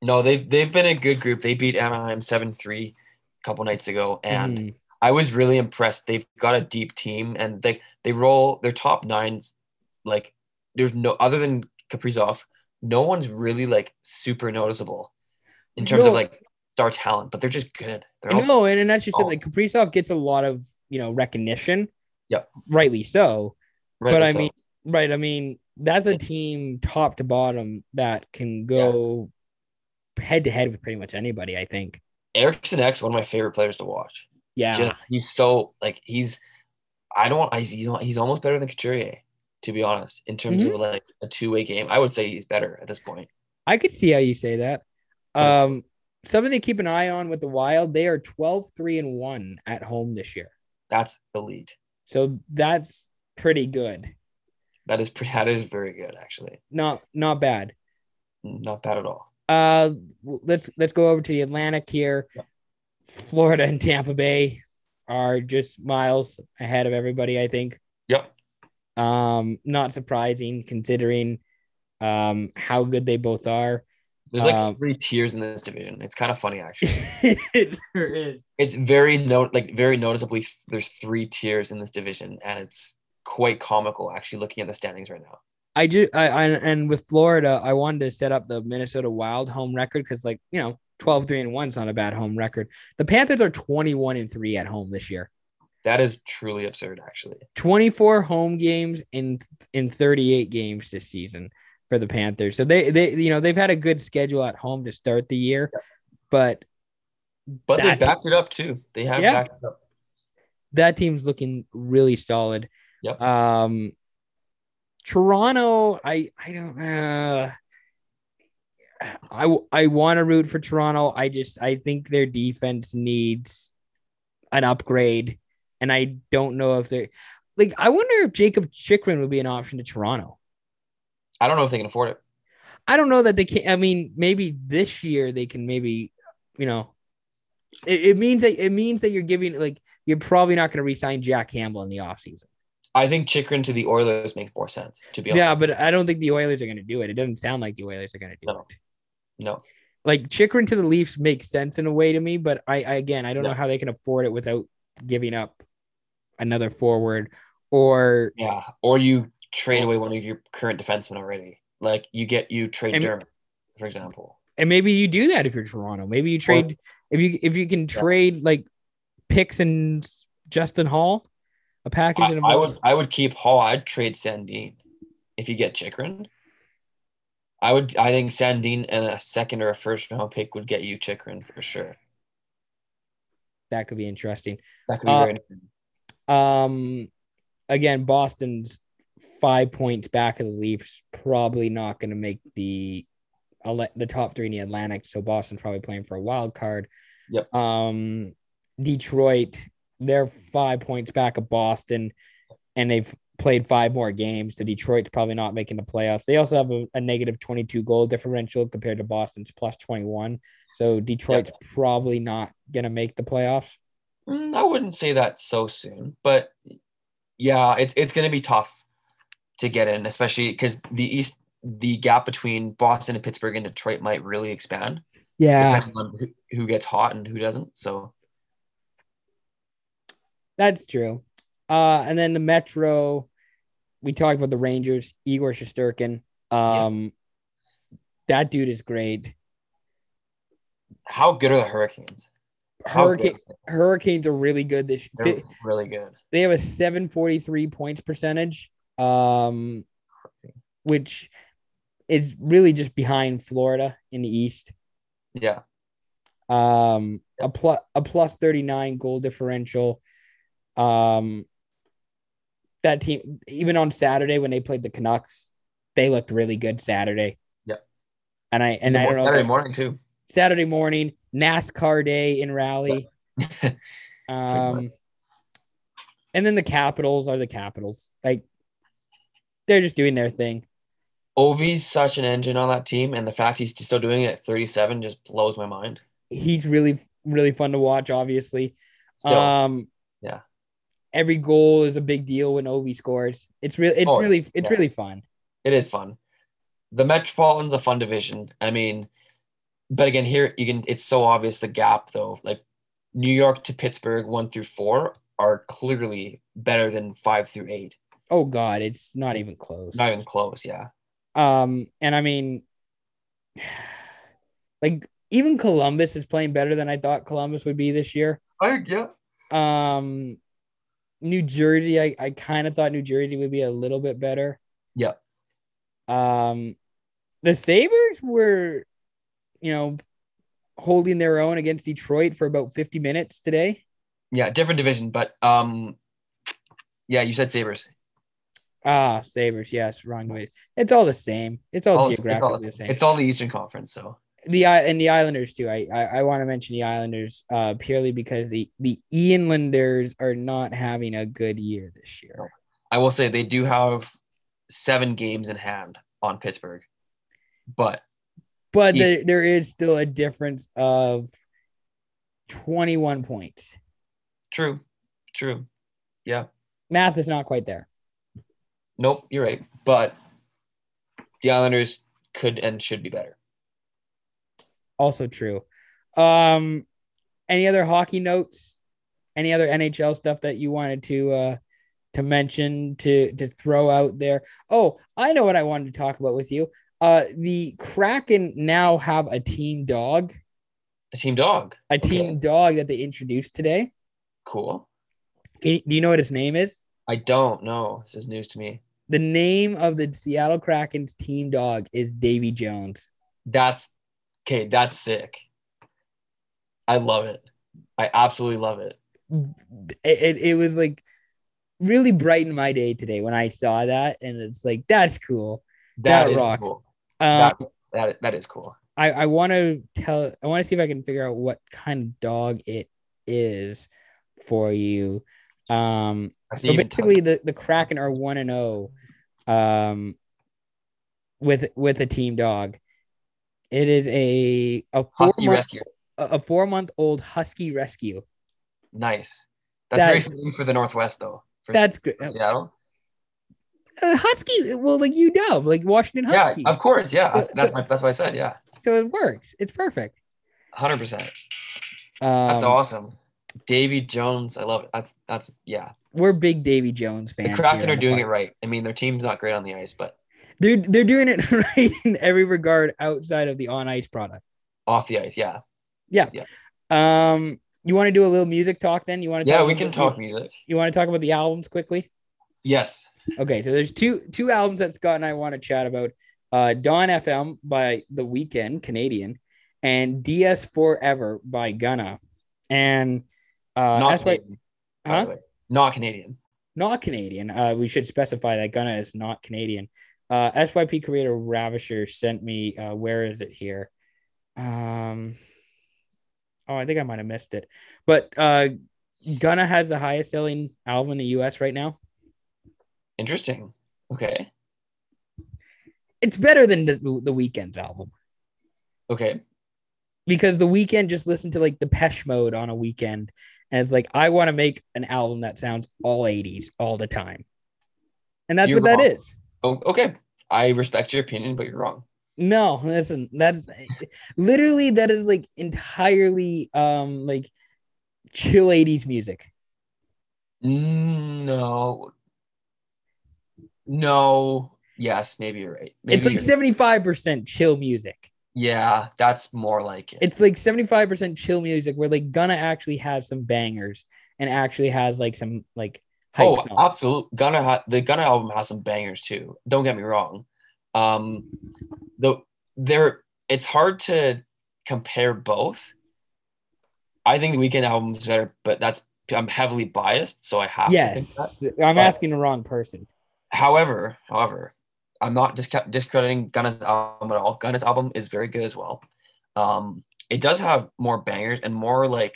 B: no, they've they've been a good group. They beat Anaheim seven three a couple nights ago, and
A: Mhm.
B: I was really impressed. They've got a deep team, and they they roll their top nine. Like there's no other than Kaprizov, no one's really like super noticeable in terms
A: No.
B: of like star talent, but they're just good. They're all
A: No, and, and that's just it.
B: Oh.
A: Like Kaprizov gets a lot of you know recognition.
B: Yep.
A: Rightly so.
B: right,
A: but I
B: so-
A: mean, right? I mean, that's
B: Hmm.
A: a team top to bottom that can go head to head with pretty much anybody. I think.
B: Erickson X, one of my favorite players to watch.
A: Yeah.
B: Just- he's so like he's. I don't. I he's, he's almost better than Couturier, to be honest, in terms
A: Mm-hmm.
B: of like a two way game. I would say he's better at this point.
A: I could see how you say that. Um, something to keep an eye on with the Wild, they are 12 3 and 1 at home this year.
B: That's elite.
A: So that's pretty good.
B: That is pretty. That is very good, actually.
A: Not not bad.
B: Not bad at all.
A: Uh w- let's let's go over to the Atlantic here. Florida and Tampa Bay are just miles ahead of everybody, I think.
B: Yep.
A: Um, not surprising considering um how good they both are.
B: There's like
A: Um,
B: three tiers in this division. It's kind of funny actually.
A: it sure is.
B: it's very note like very noticeably there's three tiers in this division and it's quite comical actually looking at the standings right now
A: I do. I, I and with Florida, I wanted to set up the Minnesota Wild home record because, like, you know, 12 3 and 1's not a bad home record. The Panthers are 21 and 3 at home this year,
B: that is truly absurd actually
A: 24 home games in in 38 games this season for the Panthers. So they, they, you know, they've had a good schedule at home to start the year, but
B: but
A: That-
B: they backed it up too they have
A: Yeah.
B: backed it up
A: that team's looking really solid.
B: Yep.
A: Um, Toronto, I I don't. Uh, I I want to root for Toronto. I just I think their defense needs an upgrade, and I don't know if they're like. I wonder if Jacob Chikrin would be an option to Toronto.
B: i don't know if they can afford it
A: I don't know that they can. I mean, maybe this year they can. Maybe you know, it, it means that it means that you're giving like you're probably not going to re-sign Jack Campbell in the offseason.
B: i think chikrin to the oilers makes more sense to be honest
A: Yeah, but I don't think the Oilers are going to do it. It doesn't sound like the Oilers are going to do
B: No.
A: it.
B: no
A: Like Chikrin to the Leafs makes sense in a way to me, but I, I again, I don't
B: Yeah.
A: know how they can afford it without giving up another forward or
B: yeah or you trade away one of your current defensemen already like you get you trade
A: And-
B: Dermott, for example
A: and maybe you do that if you're Toronto. Maybe you trade if you if you can trade like picks and Justin Hall, a package
B: I,
A: and a
B: I would I would keep Hall. I'd trade Sandine if you get Chikrin. I would. I think Sandine and a second or a first round pick would get you Chikrin for sure.
A: that could be interesting.
B: That could be
A: Uh,
B: very.
A: Um, again, Boston's five points back of the Leafs, probably not going to make the I'll let the top three in the Atlantic. So Boston's probably playing for a wild card.
B: Yep.
A: Um, Detroit, they're five points back of Boston, and they've played five more games. So Detroit's probably not making the playoffs. They also have a, a negative 22 goal differential compared to Boston's plus 21. So Detroit's probably not going to make the playoffs.
B: Mm, I wouldn't say that so soon, but yeah, it's it's gonna be tough to get in, especially because the East, the gap between Boston and Pittsburgh and Detroit might really expand
A: Yeah.
B: depending on who, who gets hot and who doesn't. So
A: That's true. Uh, and then the Metro, we talked about the Rangers, Igor Shosturkin. Um, that dude is great.
B: how good are the Hurricanes? How
A: Hurricane, Hurricanes are really good this.
B: good?
A: They,
B: They're really good.
A: they have a seven forty three points percentage, um, which is really just behind Florida in the East.
B: Yeah.
A: Um, a plus a plus thirty nine goal differential. Um, that team even on Saturday when they played the Canucks, they looked really good Saturday.
B: Yep.
A: And I and I don't know if
B: Saturday
A: that's-
B: morning too.
A: Saturday morning NASCAR day in Raleigh.
B: much.
A: um, and then the Capitals are the Capitals. Like they're just doing their thing.
B: Ovi's such an engine on that team, and the fact he's still doing it at 37 just blows my mind.
A: He's really really fun to watch. Obviously,
B: Still,
A: um,
B: yeah.
A: Every goal is a big deal when Obi scores. It's really, it's
B: Oh, yeah.
A: really, it's
B: Yeah.
A: really fun.
B: it is fun. The Metropolitan's a fun division. I mean, but again, here you can. It's so obvious the gap though. Like New York to Pittsburgh one through four are clearly better than five through eight.
A: Oh God, it's not even close.
B: Not even close. Yeah.
A: Um, and I mean, like even Columbus is playing better than I thought Columbus would be this year.
B: I yeah.
A: Um, New Jersey, I, I kind of thought New Jersey would be a little bit better.
B: Yeah.
A: Um, the Sabres were, you know, holding their own against Detroit for about 50 minutes today.
B: Yeah, different division, but um, yeah, you said Sabers.
A: Ah, Sabres, yes, wrong way. It's all the same. It's all Oh, geographically the same.
B: It's all the Eastern Conference, so
A: the I- and the Islanders too. I I, I want to mention the Islanders uh, purely because the the Eanlanders are not having a good year this year.
B: I will say they do have seven games in hand on Pittsburgh, but
A: But there, there is still a difference of twenty one points.
B: true, true, yeah,
A: Math is not quite there.
B: nope, you're right, but the Islanders could and should be better.
A: Also true. Um, any other hockey notes? Any other NHL stuff that you wanted to uh to mention to to throw out there? Oh, I know what I wanted to talk about with you. Uh, the Kraken now have a team dog,
B: A team dog,
A: a team
B: Okay.
A: dog that they introduced today.
B: cool.
A: Can you- do you know what his name is?
B: I don't know. This is news to me.
A: The name of the Seattle Kraken's team dog is Davy Jones.
B: That's okay. That's sick. I love it. I absolutely love it.
A: it, it, it was like really brightened my day today when I saw that, and it's like that's cool.
B: That
A: That
B: is
A: rocks.
B: cool.
A: Um,
B: That that is cool.
A: I I want to tell I want to see if I can figure out what kind of dog it is for you. Um,
B: I
A: so
B: didn't even tell
A: basically, the the Kraken are one and zero, um, with with a team dog. It is a a four
B: Husky
A: month,
B: Rescue.
A: a four month old husky rescue.
B: Nice. That's
A: That-
B: very fitting for the Northwest though. For
A: That's good.
B: for Seattle.
A: Uh, husky, well, like you know, like Washington husky.
B: Yeah, of course. Yeah, that's,
A: So-
B: that's my that's what I said. Yeah,
A: so it works. It's perfect.
B: hundred percent.
A: Um,
B: That's awesome. Davy Jones, I love it. That's that's yeah.
A: We're big Davy Jones
B: The
A: fans.
B: Kraken are doing it right. I mean, their team's not great on the ice, but
A: They're they're doing it right in every regard outside of the on ice product.
B: off the ice, yeah,
A: Um, you want to do a little music talk then? You want to?
B: yeah.
A: talk
B: We
A: about
B: can
A: the-
B: talk music.
A: You want to talk about the albums quickly?
B: Yes,
A: Okay, so there's two two albums that Scott and I want to chat about. Uh, Dawn FM by The Weekend, Canadian, and DS Forever by Gunna. And uh,
B: not
A: that's why
B: Canadian. by
A: huh?
B: the way. Not Canadian.
A: not Canadian. Uh, we should specify that Gunna is not Canadian. Uh, SYP creator Ravisher sent me. Uh, where is it here? Um, oh, I think I might have missed it. But uh, Gunna has the highest selling album in the U.S. right now.
B: Interesting. Okay.
A: It's better than the, the Weekend's album
B: Okay.
A: because the Weekend just listened to like the Pesh Mode on a weekend, and it's like I want to make an album that sounds all '80s all the time, and that's
B: You're
A: what that
B: wrong.
A: is.
B: Oh, okay. I respect your opinion, but you're wrong.
A: No, listen, that's literally that is like entirely um like chill 80s music.
B: No. No. Yes, maybe you're right. Maybe
A: It's like
B: you're-
A: 75% chill music.
B: yeah, that's more like it.
A: It's like 75% chill music where like Gunna actually has some bangers and actually has like some like hype
B: oh,
A: songs.
B: absolutely. Gunna ha- the Gunna album has some bangers too. Don't get me wrong. Um, though there, it's hard to compare both. I think the Weekend album's better, but that's I'm heavily biased, so I have to think that.
A: yes. I'm
B: but-
A: asking the wrong person.
B: However, however, I'm not disca- discrediting Gunna's album at all. Gunna's album is very good as well. Um, it does have more bangers and more like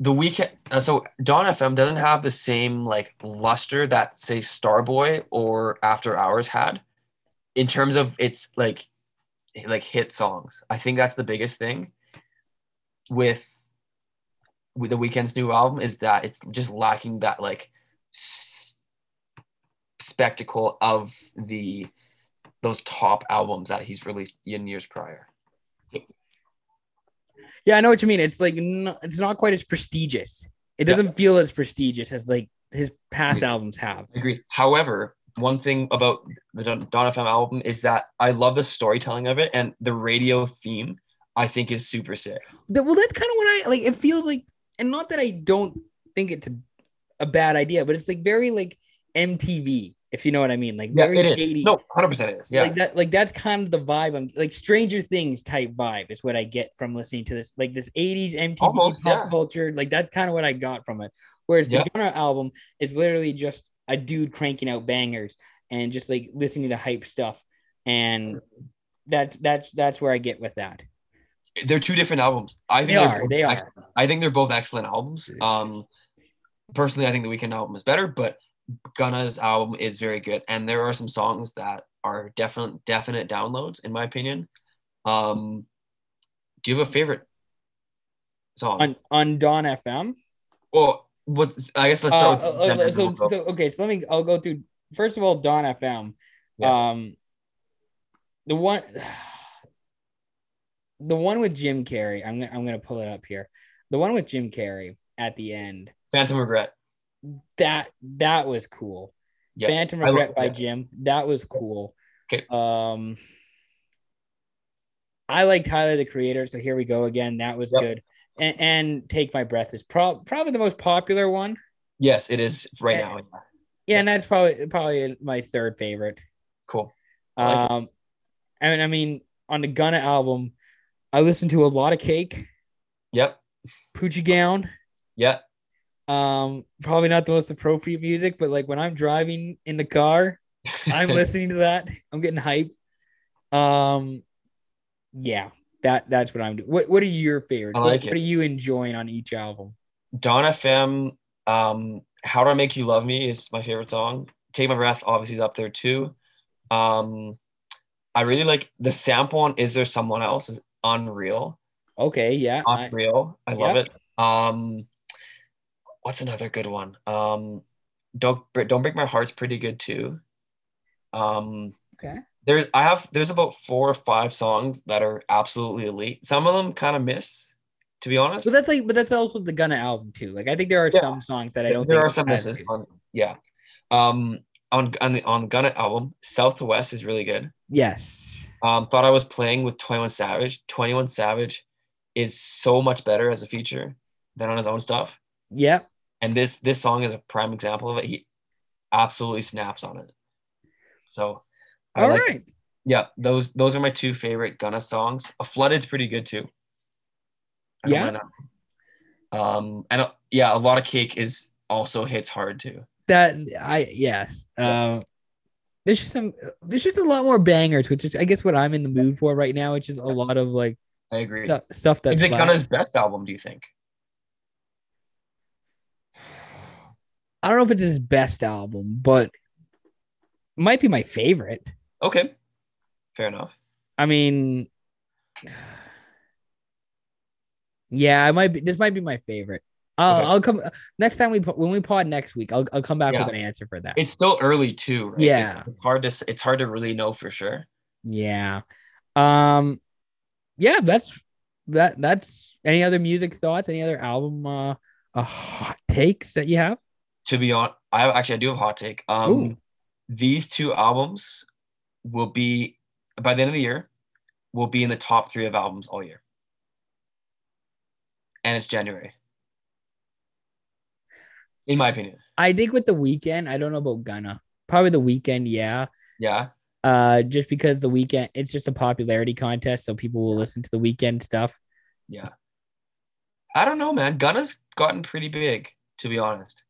B: the weekend. Uh, so Dawn FM doesn't have the same like luster that say Starboy or After Hours had in terms of its like like hit songs. I think that's the biggest thing with with the weekend's new album is that it's just lacking that like s- spectacle of the those top albums that he's released in years prior.
A: Yeah, I know what you mean. It's like n- it's not quite as prestigious. It
B: Yeah.
A: doesn't feel as prestigious as like his past albums have.
B: I agree. However, one thing about the Don Don FM album is that I love the storytelling of it and the radio theme. I think is super sick.
A: That- well, that's kind of what I like. It feels like, and not that I don't think it's a, a bad idea, but it's like very like MTV, if you know what I mean. Like
B: Yeah,
A: very
B: it is.
A: 80s.
B: No, hundred percent is. Yeah,
A: Like that, like that's kind of the vibe. I'm like Stranger Things type vibe is what I get from listening to this, like this '80s MTV
B: Almost,
A: pop
B: yeah.
A: culture. Like that's kind of what I got from it. Whereas the
B: Yeah.
A: Gunner album is literally just a dude cranking out bangers and just like listening to hype stuff, and that's that's that's where I get with that.
B: they're two different albums. I think
A: They
B: they're
A: are,
B: both
A: they
B: ex-
A: are.
B: I think they're both excellent albums. Um, personally, I think the Weekend album is better, but Gunna's album is very good, and there are some songs that are definite definite downloads in my opinion. Um, do you have a favorite song?
A: On on Don FM.
B: well, what I guess let's
A: Uh,
B: start. with
A: uh,
B: Denver
A: uh, so,
B: Broncos.
A: so okay, so let me. I'll go through. First of all, Don FM.
B: Yes.
A: Um, the one, the one with Jim Carrey. I'm gonna I'm gonna pull it up here. The one with Jim Carrey at the end.
B: Phantom Regret.
A: That that was cool.
B: Yeah,
A: Phantom
B: I love-
A: Regret by
B: yeah.
A: Jim. That was cool.
B: Okay.
A: Um, I like Tyler the Creator. So here we go again. That was
B: Yep.
A: good. And, and Take My Breath is pro- probably the most popular one.
B: Yes, it is right
A: Yeah.
B: now. yeah.
A: Yeah, and that's probably probably my third favorite.
B: Cool. I like
A: Um, and I mean, on the Gunna album, I listened to a lot of Cake,
B: Yep.
A: Poochie Gown.
B: Yeah.
A: Um, probably not the most appropriate music, but like when I'm driving in the car, I'm listening to that. I'm getting hyped. Um, yeah, that that's what I'm doing. What What are your favorites?
B: I
A: What-
B: like
A: what,
B: it.
A: are you enjoying on each album?
B: Don FM, um, How Do I Make You Love Me is my favorite song. Take My Breath obviously is up there too. Um, I really like the sample on Is There Someone Else is unreal.
A: Okay, yeah, I-
B: Unreal. I love
A: Yep.
B: it. Um, what's another good one? Um, Don't Bre- Don't Break My Heart's pretty good too. Um,
A: Okay.
B: There, I have there's about four or five songs that are absolutely elite. Some of them kind of miss, to be honest.
A: but that's like, but that's also the Gunna album too. Like, I think there are
B: Yeah.
A: some songs that I don't.
B: there
A: think
B: are some
A: as
B: misses
A: good.
B: on yeah um on on the on Gunna album southwest is really good
A: Yes.
B: um thought i was playing with 21 savage 21 savage is so much better as a feature than on his own stuff
A: Yep.
B: and this this song is a prime example of it he absolutely snaps on it so I
A: All right.
B: like- yeah those those are my two favorite gunna songs a flooded's pretty good too I don't
A: Yeah.
B: mind that. um and uh, yeah a lot of cake is also hits hard too
A: that I yes. Uh, there's just some there's just a lot more bangers, which is I guess what I'm in the mood for right now, which is a lot of like
B: i agree
A: stuff stuff that's
B: Is it
A: like-
B: Gunna's best album? Do you think?
A: I don't know if it's his best album, but it might be my favorite.
B: Okay, fair enough.
A: I mean Yeah, I might be this might be my favorite. I'll,
B: Okay.
A: I'll come next time we po- when we pod next week. I'll, I'll come back
B: Yeah.
A: with an answer for that.
B: It's still early too, right?
A: Yeah.
B: It's- it's hard to s- it's hard to really know for sure.
A: Yeah. Um yeah, that's that that's any other music thoughts, any other album uh, uh hot takes that you have?
B: To be honest, I actually I do have a hot take. Um,
A: Ooh.
B: these two albums will be by the end of the year will be in the top three of albums all year, and it's January. In my opinion,
A: I think with the weekend, I don't know about Gunna. Probably the weekend, yeah.
B: yeah,
A: Uh just because the weekend it's just a popularity contest, so people will listen to the weekend stuff.
B: yeah. I don't know, man. Gunna's gotten pretty big, to be honest.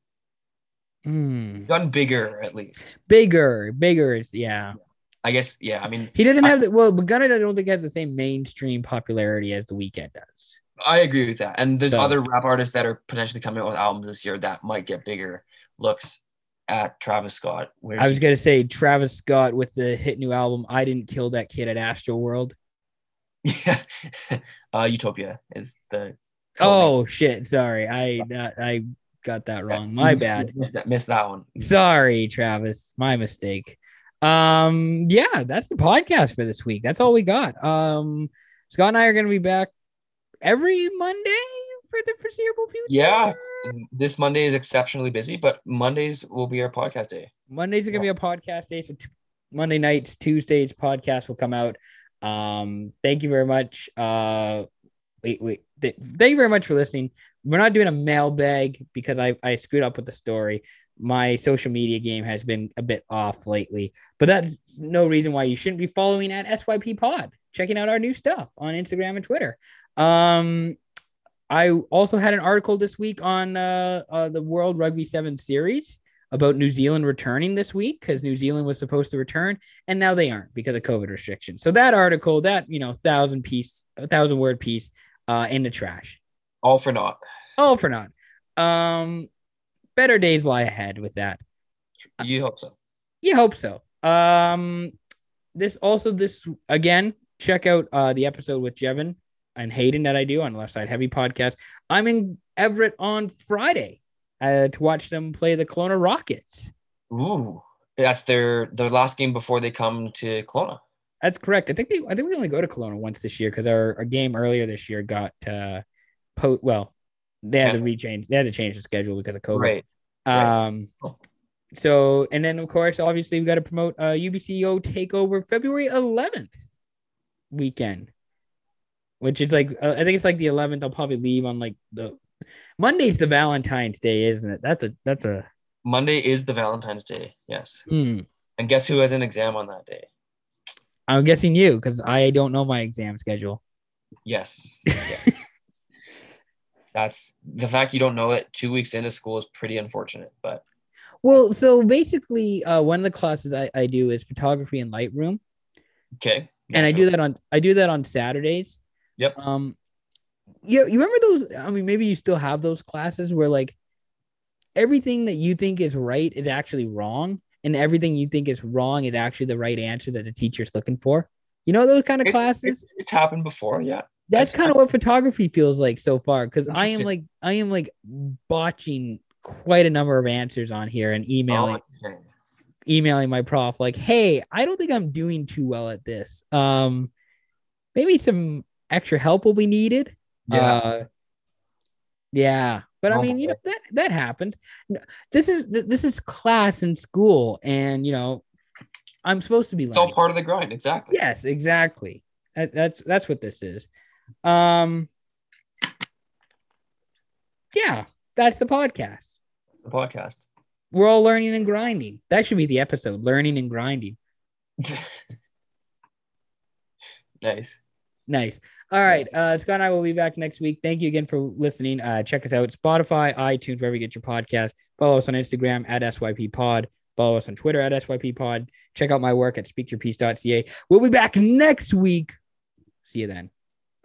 A: Hmm.
B: Gotten bigger, at least.
A: Bigger, bigger is yeah.
B: I guess, yeah. I mean,
A: He doesn't
B: I-
A: have the well, but Gunna I don't think has the same mainstream popularity as the weekend does.
B: I agree with that. And there's
A: So-
B: other rap artists that are potentially coming out with albums this year that might get bigger looks at Travis Scott. Where
A: I was gonna say Travis Scott with the hit new album. I didn't kill that kid at Astro World.
B: yeah. uh, Utopia is the
A: Oh shit! Sorry, I that, I got that wrong. My bad.
B: Missed that, missed that one.
A: Sorry, Travis. My mistake. Um, yeah, that's the podcast for this week. That's all we got. Um, Scott and I are gonna be back every Monday for the foreseeable future.
B: Yeah. This Monday is exceptionally busy, but Mondays will be our podcast day.
A: Mondays are gonna be a podcast day, so t- Monday nights, Tuesdays podcast will come out. Um, thank you very much. Uh, wait, wait. Th- thank you very much for listening. We're not doing a mailbag because I I screwed up with the story. My social media game has been a bit off lately, but that's no reason why you shouldn't be following at SYP Pod, checking out our new stuff on Instagram and Twitter. Um, I also had an article this week on uh, uh, the World Rugby Seven Series about New Zealand returning this week because New Zealand was supposed to return and now they aren't because of COVID restrictions. So that article, that you know, thousand piece, a thousand word piece, uh, in the trash.
B: All for naught.
A: All for naught. Um, better days lie ahead with that. Uh,
B: You hope so.
A: You hope so. Um, this also this again. Check out uh, the episode with Jevin and Hayden that I do on Left Side Heavy podcast. I'm in Everett on Friday uh, to watch them play the Kelowna Rockets.
B: Ooh, that's their their last game before they come to Kelowna.
A: That's correct. I think they, I think we only go to Kelowna once this year because our, our game earlier this year got uh, po- well, they had to rechange, they had to change the schedule because of COVID.
B: Right. right. Oh.
A: Um,
B: Cool.
A: so and then of course, obviously, we got to promote uh, UBCO takeover February 11th weekend, which is like uh, I think it's like the 11th. I'll probably leave on like the Monday's the Valentine's Day, isn't it? That's a that's a
B: Monday is the Valentine's Day. Yes.
A: hmm.
B: And guess who has an exam on that day?
A: I'm guessing you because I don't know my exam schedule.
B: Yes. Yeah. That's the fact you don't know it two weeks into school is pretty unfortunate, but
A: Well, so basically, uh, one of the classes I, I do is photography and Lightroom,
B: okay.
A: and I do that on I do that on Saturdays.
B: Yep.
A: Um, yeah, you remember those? I mean, maybe you still have those classes where like everything that you think is right is actually wrong, and everything you think is wrong is actually the right answer that the teacher's looking for. You know those kind of
B: It-
A: classes.
B: It's, it's happened before, yeah.
A: that's
B: I've-
A: kind of what photography feels like so far because i am
B: Interesting.
A: like i am like botching quite a number of answers on here and emailing
B: Oh,
A: emailing my prof like hey i don't think i'm doing too well at this um maybe some extra help will be needed
B: yeah.
A: uh, yeah but i mean you know that that happened N- this is th- this is class in school and you know i'm supposed to be
B: it's all
A: learning
B: part of the grind, exactly.
A: Yes, exactly. That, that's that's what this is. Um, yeah, that's the podcast.
B: The podcast.
A: We're all learning and grinding. That should be the episode: learning and grinding.
B: nice.
A: Nice. All right, uh, Scott and I will be back next week. Thank you again for listening. Uh, check us out: Spotify, iTunes, wherever you get your podcast. Follow us on Instagram at SYP Pod. Follow us on Twitter at SYP Pod. Check out my work at speakyourpiece.ca. We'll be back next week. See you then.